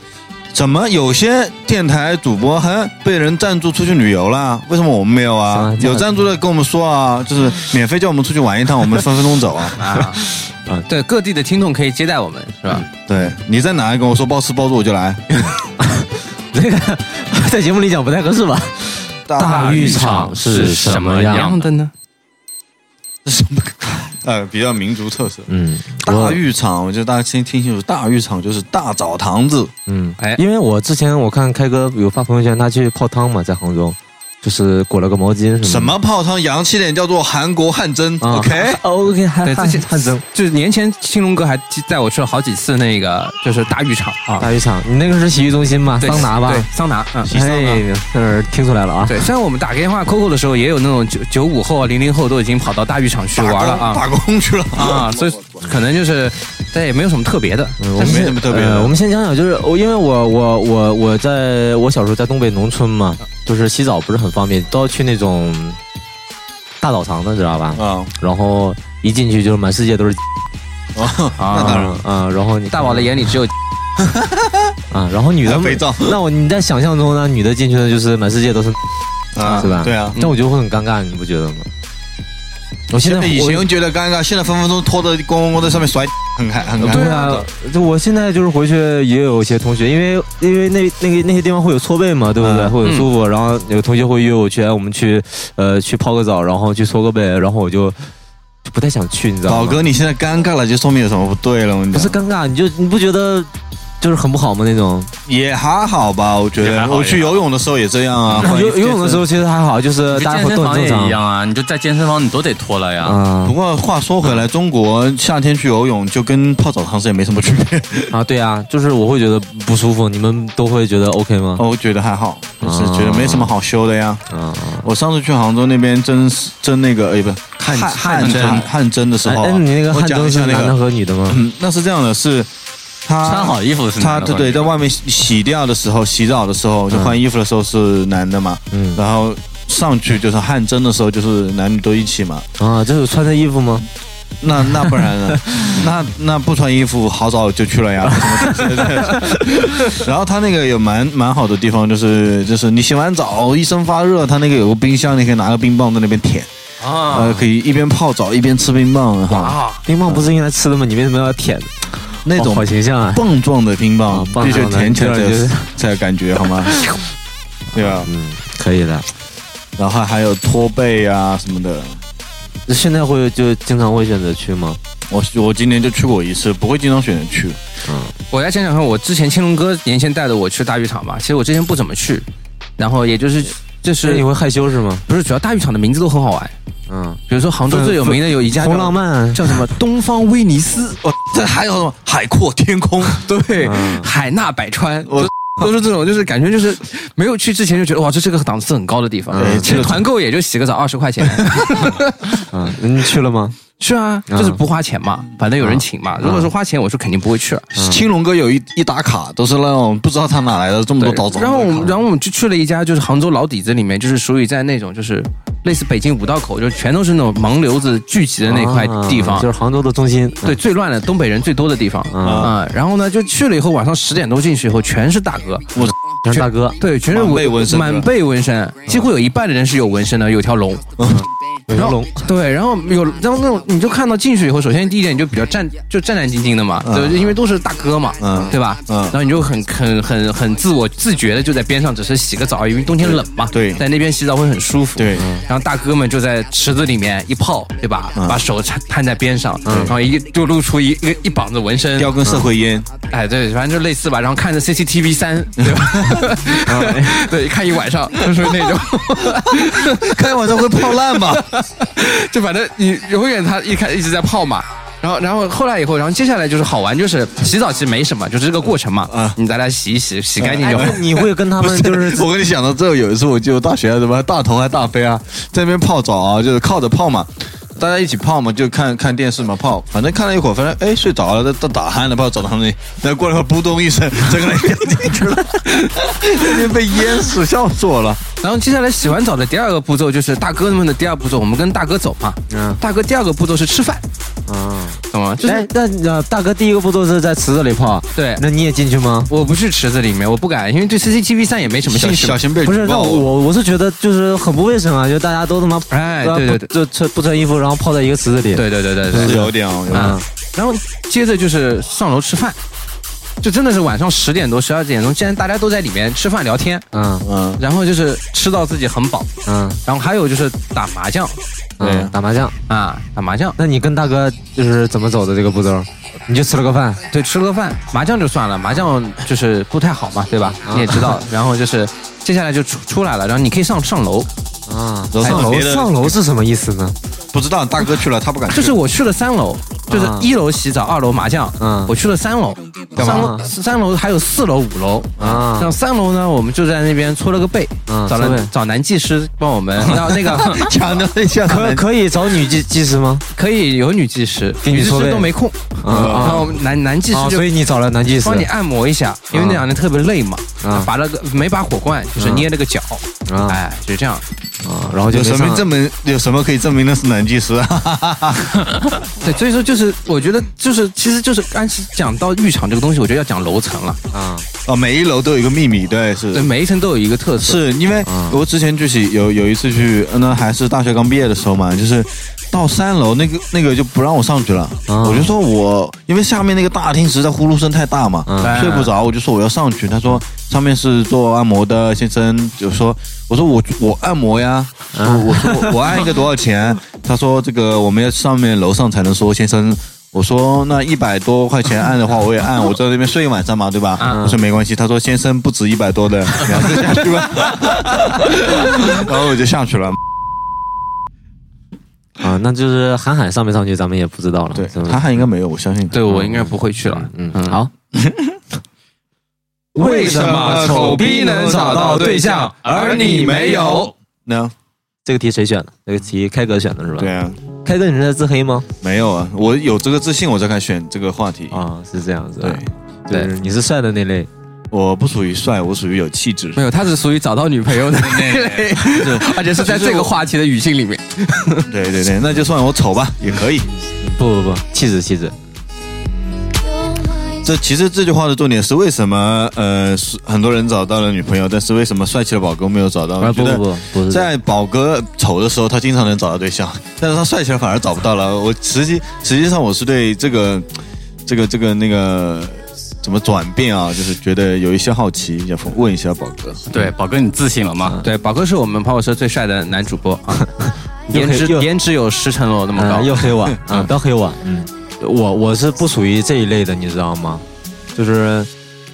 Speaker 7: 怎么有些电台主播还被人赞助出去旅游啦？为什么我们没有啊
Speaker 2: 啊？这
Speaker 7: 有
Speaker 2: 样
Speaker 7: 赞助的跟我们说啊，就是免费叫我们出去玩一趟，我们分分钟走 啊。
Speaker 3: 啊，对各地的听众可以接待我们，是吧？
Speaker 7: 对，你在哪里跟我说包吃包住我就来。
Speaker 2: 这个 在节目里讲不太合适 吧？大浴
Speaker 3: 啊
Speaker 2: 场是什么
Speaker 3: 怎
Speaker 2: 样
Speaker 3: 样的呢？
Speaker 7: 什么？ 呃，比较民族特色。
Speaker 2: 嗯，
Speaker 7: 大
Speaker 2: 我
Speaker 7: 浴场，我觉得大家先听清楚，大浴场就是大澡堂子。
Speaker 2: 嗯
Speaker 3: 哎，
Speaker 2: 因为我之前我看开哥有发朋友圈，他去泡汤嘛，在杭州，就是裹了个毛巾
Speaker 7: 什
Speaker 2: 什 么
Speaker 7: 么泡汤洋气点叫做韩国汗蒸、
Speaker 2: 嗯的。啊
Speaker 7: o k
Speaker 2: 啊 OK，还
Speaker 3: 对，
Speaker 2: 还
Speaker 3: 之前啊
Speaker 2: 还真
Speaker 3: 就是年前青龙哥还带我去了好几次那个就是大浴场啊，
Speaker 2: 大浴场，你那个是洗浴中心吗？
Speaker 3: 对
Speaker 2: 桑拿吧
Speaker 3: 对，？桑拿，嗯。
Speaker 7: 啊
Speaker 2: 哎，那儿听出来了啊。
Speaker 3: 对，虽然我们打电话 COCO 的时候，也有那种九九五后啊、零零后都已经跑到大浴场去
Speaker 7: 打
Speaker 3: 玩
Speaker 7: 工
Speaker 3: 了啊
Speaker 7: 打工去了
Speaker 3: 啊，所以可能就是，但也没有什么特别的。
Speaker 2: 我们
Speaker 7: 没
Speaker 2: 先
Speaker 7: 什么特别的
Speaker 2: 呃我们先讲讲，就是我因为我我我我在我小时候在东北农村嘛，
Speaker 7: 啊
Speaker 2: 就是洗澡不是很方便，都要去那种大澡堂子，知道吧？
Speaker 7: 啊
Speaker 2: 然后一进去就是满世界都是
Speaker 7: 啊！
Speaker 2: 啊
Speaker 7: 那当然，
Speaker 2: 啊，然后你
Speaker 3: 大宝的眼里只有
Speaker 2: 啊，然后女
Speaker 7: 还
Speaker 2: 的
Speaker 7: 有肥皂
Speaker 2: 那我你在想象中呢，女的进去的就是满世界都是，
Speaker 7: 啊，
Speaker 2: 是吧
Speaker 7: 对啊。
Speaker 2: 但我觉得会很尴尬，你不觉得吗？我现在
Speaker 7: 以
Speaker 2: 我
Speaker 7: 前觉得尴尬，现在分分钟拖着公公公在上面甩，很开很尴
Speaker 2: 对
Speaker 7: 尬。
Speaker 2: 啊，就我现在就是回去也有一些同学，因为因为那那个那些地方会有搓背嘛，对不对？
Speaker 7: 嗯
Speaker 2: 会有舒服，然后有同学会约我去，哎，我们去呃去泡个澡，然后去搓个背，然后我就就不太想去，你知道
Speaker 7: 老
Speaker 2: 吗？
Speaker 7: 哥，你现在尴尬了，就说明有什么不对了。我跟你
Speaker 2: 不
Speaker 7: 讲
Speaker 2: 是尴尬，你就你不觉得就是很不好吗？那种
Speaker 7: 也还好吧，我觉
Speaker 6: 也还
Speaker 7: 得
Speaker 6: 好
Speaker 7: 我去游泳的时候也这样啊。
Speaker 2: 游游泳的时候其实还好，就是
Speaker 6: 你去
Speaker 2: 大家
Speaker 6: 健
Speaker 2: 会
Speaker 6: 身
Speaker 2: 都很
Speaker 6: 房
Speaker 2: 正
Speaker 6: 也一
Speaker 2: 常
Speaker 6: 样啊，你就在健身房你都得脱了呀。
Speaker 7: 不
Speaker 2: 啊
Speaker 7: 过话说回来，中国夏天去游泳就跟泡澡堂子也没什么区别，
Speaker 2: 啊，对啊，就是我会觉得不舒服，你们都会觉得 OK 吗？
Speaker 7: 我觉得还好，就是觉得没什么
Speaker 2: 嗯
Speaker 7: 好修的呀。
Speaker 2: 啊，
Speaker 7: 我上次去杭州那边蒸蒸那个，哎，不是汗汗蒸汗蒸的时
Speaker 2: 哎
Speaker 7: 候啊，
Speaker 2: 哎，你那个
Speaker 7: 我
Speaker 2: 汗
Speaker 7: 讲一
Speaker 2: 蒸是
Speaker 7: 下那
Speaker 2: 男的
Speaker 7: 个，
Speaker 2: 和女的吗？
Speaker 7: 嗯， 那是这样的，是他
Speaker 6: 穿好衣服是
Speaker 7: 他
Speaker 6: 男的
Speaker 7: 对
Speaker 6: 或
Speaker 7: 对，
Speaker 6: 者
Speaker 7: 在外面洗洗掉的时候，洗澡的时候就换衣服的时候是男的嘛，
Speaker 2: 嗯
Speaker 7: 然后上去就是汗蒸的时候就是男女都一起嘛，
Speaker 2: 啊，这有穿着衣服吗？
Speaker 7: 那那不然 呢？那那不穿衣服好早就去了呀。然后他那个有蛮蛮好的地方，就是就是你洗完澡一身发热，他那个有个冰箱，你可以拿个冰棒在那边舔，
Speaker 3: 啊
Speaker 7: 呃，可以一边泡澡一边吃冰棒哈。
Speaker 3: 啊，
Speaker 2: 冰棒不是应该吃的吗？你为什么要舔？
Speaker 7: 那
Speaker 2: 哦
Speaker 7: 种
Speaker 2: 好形象啊！
Speaker 7: 棒状的冰棒
Speaker 2: 啊棒
Speaker 7: 必须
Speaker 2: 状的
Speaker 7: 舔起来
Speaker 2: 这样
Speaker 7: 才有
Speaker 2: 就是
Speaker 7: 才有感觉好吗？对吧？
Speaker 2: 嗯，可以的。
Speaker 7: 然后还有托背啊什么的。
Speaker 2: 那现在会就经常会选择去吗？
Speaker 7: 我我今年就去过一次，不会经常选择去。
Speaker 3: 我来讲讲看，我之前青龙哥年前带着我去大浴场吧，其实我之前不怎么去，然后也就是就
Speaker 2: 就是你
Speaker 3: 是
Speaker 2: 会害羞是吗？
Speaker 3: 不是主要大浴场的名字都很好玩，
Speaker 2: 嗯，
Speaker 3: 比如说杭州
Speaker 2: 粉
Speaker 3: 最有名的有一家
Speaker 2: 红
Speaker 3: 叫
Speaker 2: 浪漫
Speaker 3: 叫什么东方威尼斯，
Speaker 7: 哦，这还有什么海阔天空？
Speaker 3: 对，
Speaker 2: 嗯
Speaker 3: 海纳百川，
Speaker 7: 我
Speaker 3: 我都是这种，就是感觉就是没有去之前就觉得哇，这是个档次很高的地方
Speaker 7: 对，
Speaker 3: 其实团购也就洗个澡二十块钱，
Speaker 2: 嗯，你去了吗？
Speaker 3: 是啊，
Speaker 2: 嗯
Speaker 3: 就是不花钱嘛，反正有人请嘛。如果是花钱，我是肯定不会去了。
Speaker 7: 青龙哥有一一打卡，都是那种不知道他哪来的这么多刀子。
Speaker 3: 然后我们，然后我们就去了一家，就是杭州老底子里面，就是属于在那种就是类似北京五道口，就全都是那种盲流子聚集的那块地
Speaker 2: 啊
Speaker 3: 方
Speaker 2: 就。是杭州的中心。嗯
Speaker 3: 对，最乱的东北人最多的地方啊、然后呢，就去了以后，晚上十点多进去以后，全是大哥，
Speaker 2: 全是大哥，
Speaker 3: 对，全是
Speaker 7: 满背纹身嗯的
Speaker 3: 满背纹身，几乎有一半的人是有纹身的，有条龙，
Speaker 7: 嗯
Speaker 2: 有条龙，
Speaker 3: 对，然后有，然后那种你就看到进去以后，首先第一点你就比较战，就战战兢兢的嘛，对，因为都是大哥嘛，
Speaker 7: 嗯
Speaker 3: 对吧？
Speaker 7: 嗯
Speaker 3: 然后你就很很很很自我自觉的就在边上，只是洗个澡，因为冬天冷嘛，
Speaker 7: 对
Speaker 3: 在那边洗澡会很舒服，嗯
Speaker 7: 对
Speaker 3: 然后大哥们就在池子里面一泡，对吧？
Speaker 7: 嗯
Speaker 3: 把手摊摊在边上，然后一就露出一一一膀子纹身，
Speaker 7: 叼根社会烟，
Speaker 3: 哎，对，反正就类似吧，然后看着 CCTV 三，对吧？ 对，看一晚上，就是那种，
Speaker 7: 开玩笑会泡烂吧？
Speaker 3: 就反正你永远他一开一直在泡嘛。然后，然后后来以后，然后接下来就是好玩，就是洗澡其实没什么，就是这个过程嘛。
Speaker 7: 啊
Speaker 3: 你大家洗一洗，洗干净就好。
Speaker 2: 哎你会跟他们就是
Speaker 7: 我跟你讲到这，有一次我记得我大学啊什么大头还大飞啊，在那边泡澡啊，就是靠着泡嘛，大家一起泡嘛，就看看电视嘛泡，反正看了一会儿，反正哎睡着了，在打打鼾了，泡澡堂里，然后过了一会儿扑通一声，整个人掉进去了， 那边被淹死，笑死我了。
Speaker 3: 然后接下来洗完澡的第二个步骤就是大哥们的第二步骤，我们跟大哥走嘛。
Speaker 2: 嗯
Speaker 3: 大哥第二个步骤是吃饭，
Speaker 2: 啊，
Speaker 3: 懂吗？就是
Speaker 2: 哎，那那大哥第一个步骤是在池子里泡，
Speaker 3: 对
Speaker 2: 那你也进去吗？
Speaker 3: 我不去池子里面，我不敢，因为对 CCTV 三也没什么兴趣嘛
Speaker 7: 小。心被
Speaker 2: 不是，
Speaker 7: 举
Speaker 2: 那
Speaker 7: 报哦
Speaker 2: 我我是觉得就是很不卫生啊，就大家都他妈
Speaker 3: 哎对对对
Speaker 2: 就穿不穿衣服，然后泡在一个池子里。
Speaker 3: 对对对对对，
Speaker 7: 是有点哦，有点
Speaker 2: 嗯
Speaker 3: 啊，然后接着就是上楼吃饭，就真的是晚上十点多、十二点钟，既然大家都在里面吃饭聊天，
Speaker 2: 嗯
Speaker 7: 嗯，
Speaker 3: 然后就是吃到自己很饱，
Speaker 2: 嗯
Speaker 3: 然后还有就是打麻将
Speaker 7: 对
Speaker 2: 嗯，打麻将。
Speaker 3: 啊，打麻将，
Speaker 2: 那你跟大哥就是怎么走的这个步骤？你就吃了个饭，
Speaker 3: 对，吃了个饭，麻将就算了，麻将就是不太好嘛，对吧？你也知道，然后就是接下来就出出来了，然后你可以上上楼，
Speaker 2: 啊，
Speaker 7: 楼上
Speaker 2: 上楼
Speaker 7: 别的
Speaker 2: 上楼是什么意思呢？
Speaker 7: 不知道大哥去了，他不敢去。
Speaker 3: 就是我去了三楼，就是
Speaker 2: 啊
Speaker 3: 一楼洗澡，二楼麻将，
Speaker 2: 嗯
Speaker 3: 我去了三楼，
Speaker 2: 干嘛
Speaker 3: 三楼三楼还有四楼、五楼。
Speaker 2: 啊
Speaker 3: 然后三楼呢，我们就在那边搓了个背，
Speaker 2: 嗯
Speaker 3: 找
Speaker 2: 搓
Speaker 3: 了
Speaker 2: 背
Speaker 3: 找男技师帮 我们。然后那个
Speaker 7: 强调一下，
Speaker 2: 可可以找女技技师 吗？
Speaker 3: 可以有女技师，
Speaker 2: 给你
Speaker 3: 女技
Speaker 2: 搓
Speaker 3: 师
Speaker 2: 背
Speaker 3: 都没空，然后我们男男技师
Speaker 2: 啊，
Speaker 3: 就
Speaker 2: 所以你找了男技师
Speaker 3: 帮你按摩一下，因为那两天特别累嘛，
Speaker 2: 啊
Speaker 3: 拔了个没拔火罐，就是捏了个脚，
Speaker 2: 啊
Speaker 3: 哎，就是这样。
Speaker 2: 啊，然后就
Speaker 7: 有什
Speaker 2: 没
Speaker 7: 么
Speaker 2: 上
Speaker 7: 证明？有什么可以证明那是男技师 啊？
Speaker 3: 对，所以说就是我觉得就是其实就是安琪讲到浴场这个东西，我觉得要讲楼层了，
Speaker 2: 啊
Speaker 7: 哦，每一楼都有一个秘密，对，是
Speaker 3: 对，每一层都有一个特色。
Speaker 7: 是因为我之前就是有有一次去，呃那还是大学刚毕业的时候嘛，就是到三楼那个那个就不让我上去了，
Speaker 2: 啊
Speaker 7: 我就说我因为下面那个大厅实在呼噜声太大嘛，
Speaker 3: 嗯
Speaker 7: 睡不着，我就说我要上去，他说上面是做按摩的先生，就说我说我我按摩呀，我我说我我按一个多少钱？他说这个我们要上面楼上才能说先生。我说那一百多块钱按的话，我也按，我在那边睡一晚上嘛，对吧？我说没关系，他说先生不止一百多的，你还是下去吧。 然后我就下去了。
Speaker 2: 啊，那就是韩寒上没上去，咱们也不知道了。
Speaker 7: 对，
Speaker 2: 是吧
Speaker 7: 韩寒应该没有，我相信他。
Speaker 3: 对我应该不会去了。
Speaker 2: 嗯，好，
Speaker 3: 为什么丑逼能找到对象，而你没有？
Speaker 7: 那
Speaker 2: 这个题谁选的？这个题开哥选的是吧？
Speaker 7: 对，啊，
Speaker 2: 开哥你是在自黑吗？
Speaker 7: 没有啊，我有这个自信，我才敢选这个话题。
Speaker 2: 啊，是这样子。
Speaker 7: 对，，
Speaker 2: 就是你是帅的那类。
Speaker 7: 我不属于帅，我属于有气 质。
Speaker 6: 没有，他是属于找到女朋友的那 类，而且是在这个话题的语境里面。
Speaker 7: 对对对，那就算我丑吧，也可以。
Speaker 2: 不不不，气质气质。
Speaker 7: 这其实这句话的重点是为什么？呃，是很多人找到了女朋友，但是为什么帅气的宝哥没有找到？
Speaker 2: 啊
Speaker 7: 我
Speaker 2: 不
Speaker 7: 觉得
Speaker 2: 不不不是这样
Speaker 7: 在宝哥丑的时候，他经常能找到对象，但是他帅起来反而找不到了。我实际实际上我是对这个这个这个那个怎么转变啊，就是觉得有一些好奇，想问一下宝哥。
Speaker 6: 对，宝哥，你自信了吗？
Speaker 3: 对，宝哥是我们跑火车最帅的男主播啊，
Speaker 2: 又
Speaker 3: 颜值
Speaker 2: 又
Speaker 3: 颜值有十层楼那么
Speaker 2: 啊，
Speaker 3: 高。
Speaker 2: 又黑我 啊！不要黑我。嗯，我我是不属于这一类的，你知道吗？就是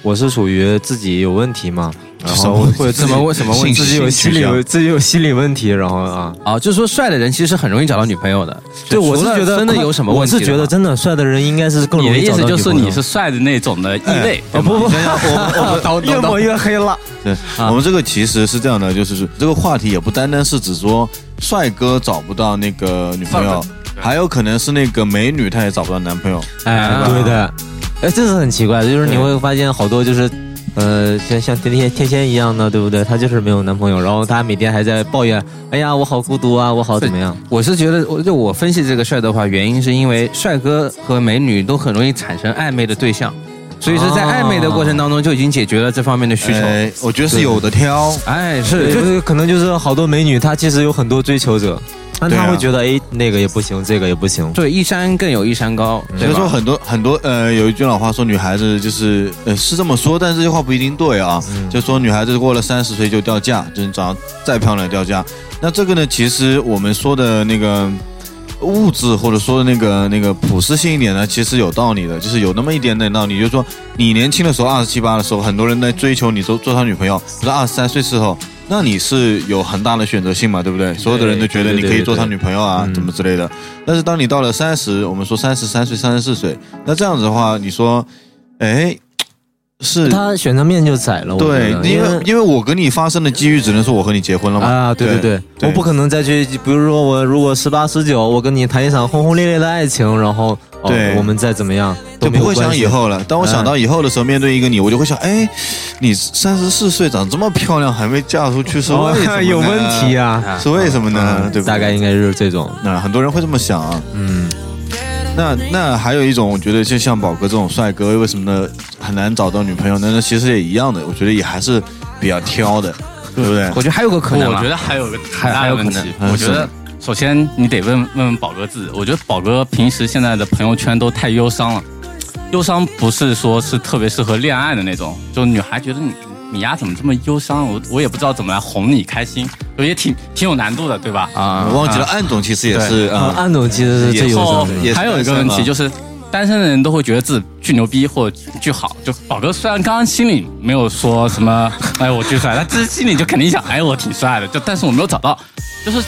Speaker 2: 我是属于自己有问题嘛，然后会
Speaker 3: 怎么为什么问
Speaker 7: 性
Speaker 2: 自己有心理有自己有心理问题，然后啊，
Speaker 3: 啊，就是说帅的人其实很容易找到女朋友的。
Speaker 2: 对，
Speaker 3: 就
Speaker 2: 我是
Speaker 3: 除了
Speaker 2: 觉得
Speaker 3: 真的
Speaker 2: 快
Speaker 3: 有什么
Speaker 2: 我
Speaker 3: 问题的
Speaker 2: 是
Speaker 3: 话？
Speaker 2: 觉得真的帅的人应该是更
Speaker 6: 你
Speaker 2: 容
Speaker 6: 的
Speaker 2: 易
Speaker 6: 意
Speaker 2: 找
Speaker 6: 思
Speaker 2: 到
Speaker 6: 就是
Speaker 2: 女朋
Speaker 6: 你
Speaker 2: 友
Speaker 6: 是帅的那种的异
Speaker 3: 哎
Speaker 6: 类，
Speaker 3: 哦
Speaker 2: 啊不不，
Speaker 7: 我我
Speaker 2: 越抹越黑了。
Speaker 7: 对，
Speaker 3: 啊
Speaker 7: 我们这个其实是这样的，就是这个话题也不单单是只说帅哥找不到那个女朋友，还有可能是那个美女她也找不到男朋友。
Speaker 2: 哎，对的，哎，这是很奇怪的，就是你会发现好多就是，呃，像像天天天仙一样的，对不对？她就是没有男朋友，然后她每天还在抱怨，哎呀，我好孤独啊，我好怎么样？
Speaker 3: 我是觉得，我就我分析这个事儿的话，原因是因为帅哥和美女都很容易产生暧昧的对象，所以说在暧昧的过程当中就已经解决了这方面的需求。
Speaker 7: 哎，我觉得是有的挑。
Speaker 3: 哎，是
Speaker 2: 对，
Speaker 3: 就
Speaker 2: 就是可能就是好多美女，她其实有很多追求者，但
Speaker 7: 对
Speaker 2: 她
Speaker 7: 啊
Speaker 2: 会觉得，哎，那个也不行，这个也不行。
Speaker 3: 对，一山更有一山高，
Speaker 7: 所
Speaker 3: 对
Speaker 7: 以说
Speaker 3: 吧？
Speaker 7: 很多很多呃，有一句老话说女孩子就是呃是这么说，但是这句话不一定对啊。
Speaker 3: 嗯
Speaker 7: 就说女孩子过了三十岁就掉价，就是长得再漂亮也掉价。那这个呢，其实我们说的那个物质或者说的那个那个普适性一点呢，其实有道理的，就是有那么一点点道理。就是说你年轻的时候二十七八的时候，很多人在追求你做做他女朋友，可是二十三岁时候。那你是有很大的选择性嘛，对不对？所有的人都觉得你可以做他女朋友啊，怎么之类的。
Speaker 2: 嗯
Speaker 7: 但是当你到了三十，我们说三十三岁、三十四岁，那这样子的话，你说，哎，是
Speaker 2: 她选择面就窄了，我觉
Speaker 7: 对
Speaker 2: 得，
Speaker 7: 因
Speaker 2: 因
Speaker 7: 为
Speaker 2: 为。
Speaker 7: 因为我跟你发生的机遇，只能说我和你结婚了嘛。
Speaker 2: 啊，对对对，我不可能再去，比如说我如果十八十九，我跟你谈一场轰轰烈烈的爱情，然后、哦、
Speaker 7: 对
Speaker 2: 我们再怎么样都
Speaker 7: 就
Speaker 2: 没
Speaker 7: 不
Speaker 2: 有
Speaker 7: 会
Speaker 2: 关
Speaker 7: 想
Speaker 2: 系嗯
Speaker 7: 以后了。当我想到以后的时候，面对一个你，我就会想，哎，你三十四岁长这么漂亮，还没嫁出去，是为什么
Speaker 2: 哦
Speaker 7: 呢？
Speaker 2: 有问题啊，
Speaker 7: 是为什么呢？嗯对不对？
Speaker 2: 大概应该是这种，
Speaker 7: 那很多人会这么想啊。
Speaker 2: 嗯，
Speaker 7: 那那还有一种，我觉得就像宝哥这种帅哥，为什么呢很难找到女朋友呢？那其实也一样的，我觉得也还是比较挑的，对不对？
Speaker 3: 我觉得还有个可能
Speaker 6: 我
Speaker 3: 啊，
Speaker 6: 觉得还有个很
Speaker 3: 还
Speaker 6: 大
Speaker 3: 还有
Speaker 6: 的
Speaker 3: 可
Speaker 6: 问
Speaker 3: 能
Speaker 6: 题。
Speaker 7: 嗯
Speaker 6: 我觉
Speaker 7: 是
Speaker 6: 得
Speaker 7: 的
Speaker 6: 首先你得问问问宝哥自己，我觉得宝哥平时现在的朋友圈都太忧伤了，忧伤不是说是特别适合恋爱的那种，就女孩觉得你你丫怎么这么忧伤，我我也不知道怎么来哄你开心，就也挺挺有难度的，对吧？
Speaker 7: 我
Speaker 3: 啊，
Speaker 7: 忘记了，安总其实也是
Speaker 2: 啊
Speaker 7: 啊，
Speaker 2: 暗总其实是最有
Speaker 7: 也是
Speaker 2: 伤
Speaker 6: 哦
Speaker 2: 的，
Speaker 7: 也是
Speaker 6: 还有一个问
Speaker 7: 单身
Speaker 6: 题
Speaker 7: 嘛
Speaker 6: 就是，单身的人都会觉得自己巨牛逼或巨好。就宝哥虽然刚刚心里没有说什么， 哎我巨帅，但其实心里就肯定想，哎我挺帅的。就但是我没有找到，就是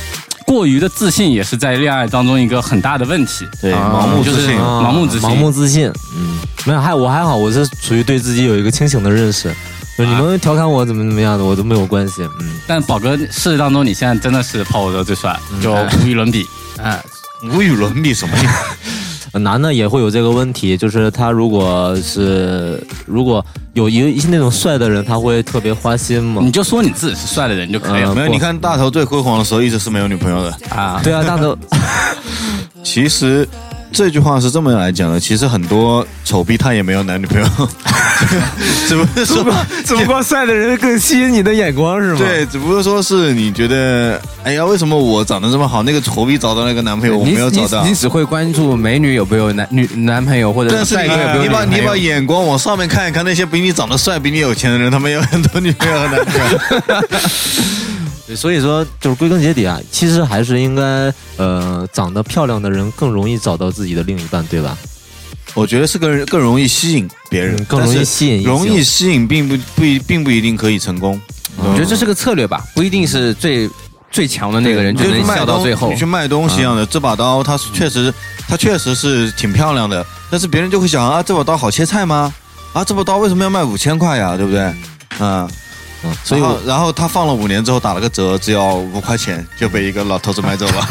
Speaker 6: 过于的自信也是在恋爱当中一个很大的问题。
Speaker 7: 对，盲目
Speaker 6: 就
Speaker 7: 自
Speaker 6: 是
Speaker 7: 信，
Speaker 6: 盲目自信
Speaker 2: 啊盲目自信，嗯，没有，还我还好，我是属于对自己有一个清醒的认识，就你们调侃我怎么怎么样的，我都没有关系，嗯，
Speaker 6: 但宝哥事实当中，你现在真的是泡我的最帅，
Speaker 7: 嗯
Speaker 6: 就无与伦比。哎，
Speaker 7: 无与伦比什么意思？
Speaker 2: 男的也会有这个问题，就是他如果是如果有一一些那种帅的人，他会特别花心嘛
Speaker 6: 你，就说你自己是帅的人就可以
Speaker 2: 嗯
Speaker 6: 了。
Speaker 7: 没有，你看大头最辉煌的时候一直是没有女朋友的。
Speaker 6: 啊，
Speaker 2: 对啊，大头，
Speaker 7: 其实这句话是这么来讲的，其实很多丑逼他也没有男女朋友， 只不是说
Speaker 2: 只不过帅的人更吸引你的眼光是吗？
Speaker 7: 对，只不过说是你觉得，哎呀，为什么我长得这么好，那个丑逼找到那个男朋友，我
Speaker 3: 你
Speaker 7: 没有
Speaker 3: 你
Speaker 7: 找到
Speaker 6: 嗯
Speaker 3: 你。只会关注美女有没有男女男朋友，或者
Speaker 7: 但是
Speaker 3: 帅
Speaker 7: 你
Speaker 3: 哥有没有
Speaker 7: 你
Speaker 3: 女
Speaker 7: 把
Speaker 3: 朋
Speaker 7: 你把
Speaker 3: 友。
Speaker 7: 眼光往上面看一看，那些比你长得帅、比你有钱的人，他们有很多女朋友和男朋 友。
Speaker 2: 对， 所以说就是归根结底啊，其实还是应该呃，长得漂亮的人更容易找到自己的另一半，对吧？
Speaker 7: 我觉得是更更容易吸引别人
Speaker 2: 嗯，更容易吸引异
Speaker 7: 但是
Speaker 2: 性
Speaker 7: 容易吸引，并不不一并不一定可以成功。
Speaker 3: 我觉得这是个策略吧，不一定是最最强的那个人
Speaker 7: 你
Speaker 3: 就能
Speaker 7: 去卖
Speaker 3: 笑到
Speaker 7: 东
Speaker 3: 最后
Speaker 7: 你。去卖东西一样的，这把刀它是确实，它确实是挺漂亮的，但是别人就会想啊，这把刀好切菜吗？啊，这把刀为什么要卖五千块呀？对不对？啊，
Speaker 2: 嗯，所
Speaker 7: 所
Speaker 2: 以
Speaker 7: 以
Speaker 2: 我
Speaker 7: 然后他放了五年之后打了个折，只要五块钱就被一个老头子买走了。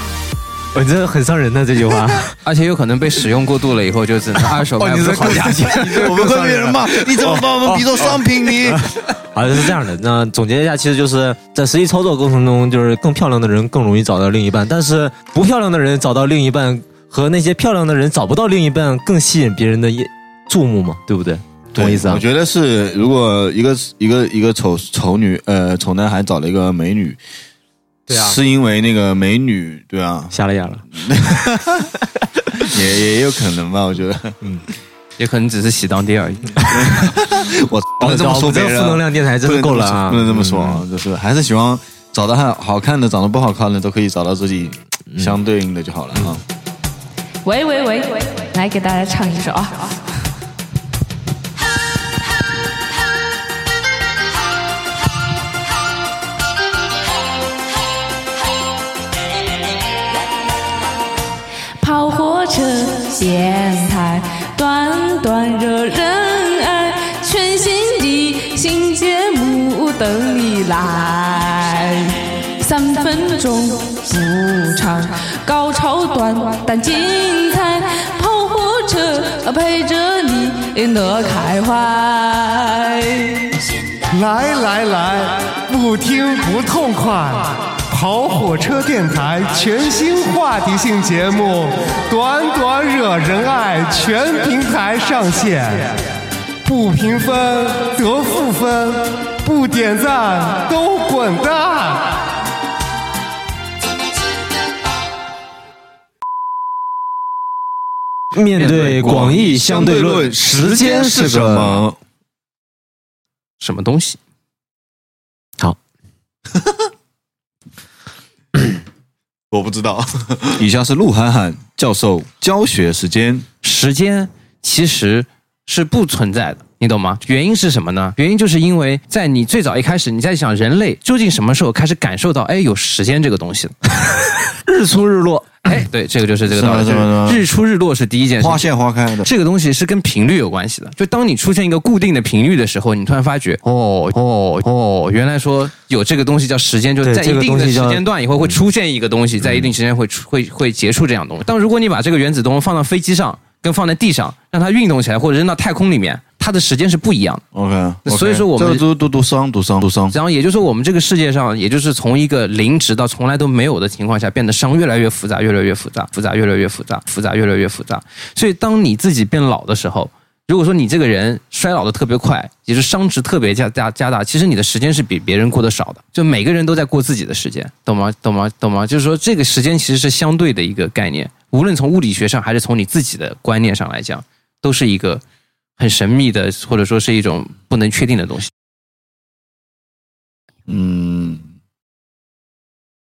Speaker 2: 我觉得很伤人的这句话。
Speaker 3: 而且有可能被使用过度了以后，就只能二手卖不出好价钱。
Speaker 7: 我们会被人骂，你怎么把我们比作商品？你
Speaker 2: 啊，是这样的。那总结一下，其实就是在实际操作过程中，就是更漂亮的人更容易找到另一半，但是不漂亮的人找到另一半和那些漂亮的人找不到另一半更吸引别人的眼注目嘛，对不对？懂我意思啊
Speaker 7: 我？觉得是，如果一个一个一个丑丑女呃丑男孩找了一个美女，
Speaker 2: 对啊
Speaker 7: 是因为那个美女对啊，
Speaker 2: 瞎了眼了。
Speaker 7: 也也有可能吧，我觉得。
Speaker 3: 也可能只是喜当爹而已。
Speaker 7: 我不能这么说别
Speaker 2: 这
Speaker 7: 人
Speaker 2: 负能
Speaker 7: 啊，
Speaker 2: 量电台真的够了啊！
Speaker 7: 不能这么说啊，就是还是喜欢找到好好看的，长得不好看的都可以找到自己相对应的就好了啊。
Speaker 9: 喂喂喂，来给大家唱一首啊！跑火车、电台，短短惹人爱，全新的新节目等你来。三分钟不长，高潮短但精彩，跑火车呃陪着你乐开怀。
Speaker 10: 来来来，不听不痛快。跑火车电台全新话题性节目，短短惹人爱，全平台上线。不评分得负分，不点赞都滚蛋。
Speaker 2: 面对广义相对论，时间是什么？？
Speaker 3: 什么东西？
Speaker 7: 我不知道。 以下是鹿晗晗教授教学时间，
Speaker 3: 时间其实是不存在的，你懂吗？原因是什么呢？原因就是因为在你最早一开始，你在想人类究竟什么时候开始感受到，哎，有时间这个东西了？ 日出日落，哎，对，这个就是这个道理。
Speaker 7: 是吗是吗
Speaker 3: 就是日出日落是第一件事
Speaker 7: 花
Speaker 3: 情。
Speaker 7: 谢花开的。
Speaker 3: 这个东西是跟频率有关系的，就当你出现一个固定的频率的时候，你突然发觉，哦哦哦，原来说有这个东西叫时间，就
Speaker 2: 对
Speaker 3: 在
Speaker 2: 这
Speaker 3: 一
Speaker 2: 个
Speaker 3: 定
Speaker 2: 东
Speaker 3: 的
Speaker 2: 西
Speaker 3: 时
Speaker 2: 叫嗯
Speaker 3: 间段以后会出现一个东西，在一定时间会出会会结束这样东西。但如果你把这个原子钟放到飞机上，跟放在地上，让它运动起来或者扔到太空里面，它的时间是不一样的。
Speaker 7: OK，
Speaker 3: 所以说我们
Speaker 7: 这都都读商读商读商，
Speaker 3: 然后也就是说，我们这个世界上，也就是从一个零直到从来都没有的情况下，变得商越来越复杂，越来越复杂，复杂越来越复杂，复杂越来越复杂。所以，当你自己变老的时候，如果说你这个人衰老的特别快，也就是商值特别加加加大，其实你的时间是比别人过得少的。就每个人都在过自己的时间，懂吗？懂吗？懂吗？就是说，这个时间其实是相对的一个概念，无论从物理学上还是从你自己的观念上来讲，都是一个很神秘的，或者说是一种不能确定的东西。
Speaker 7: 嗯，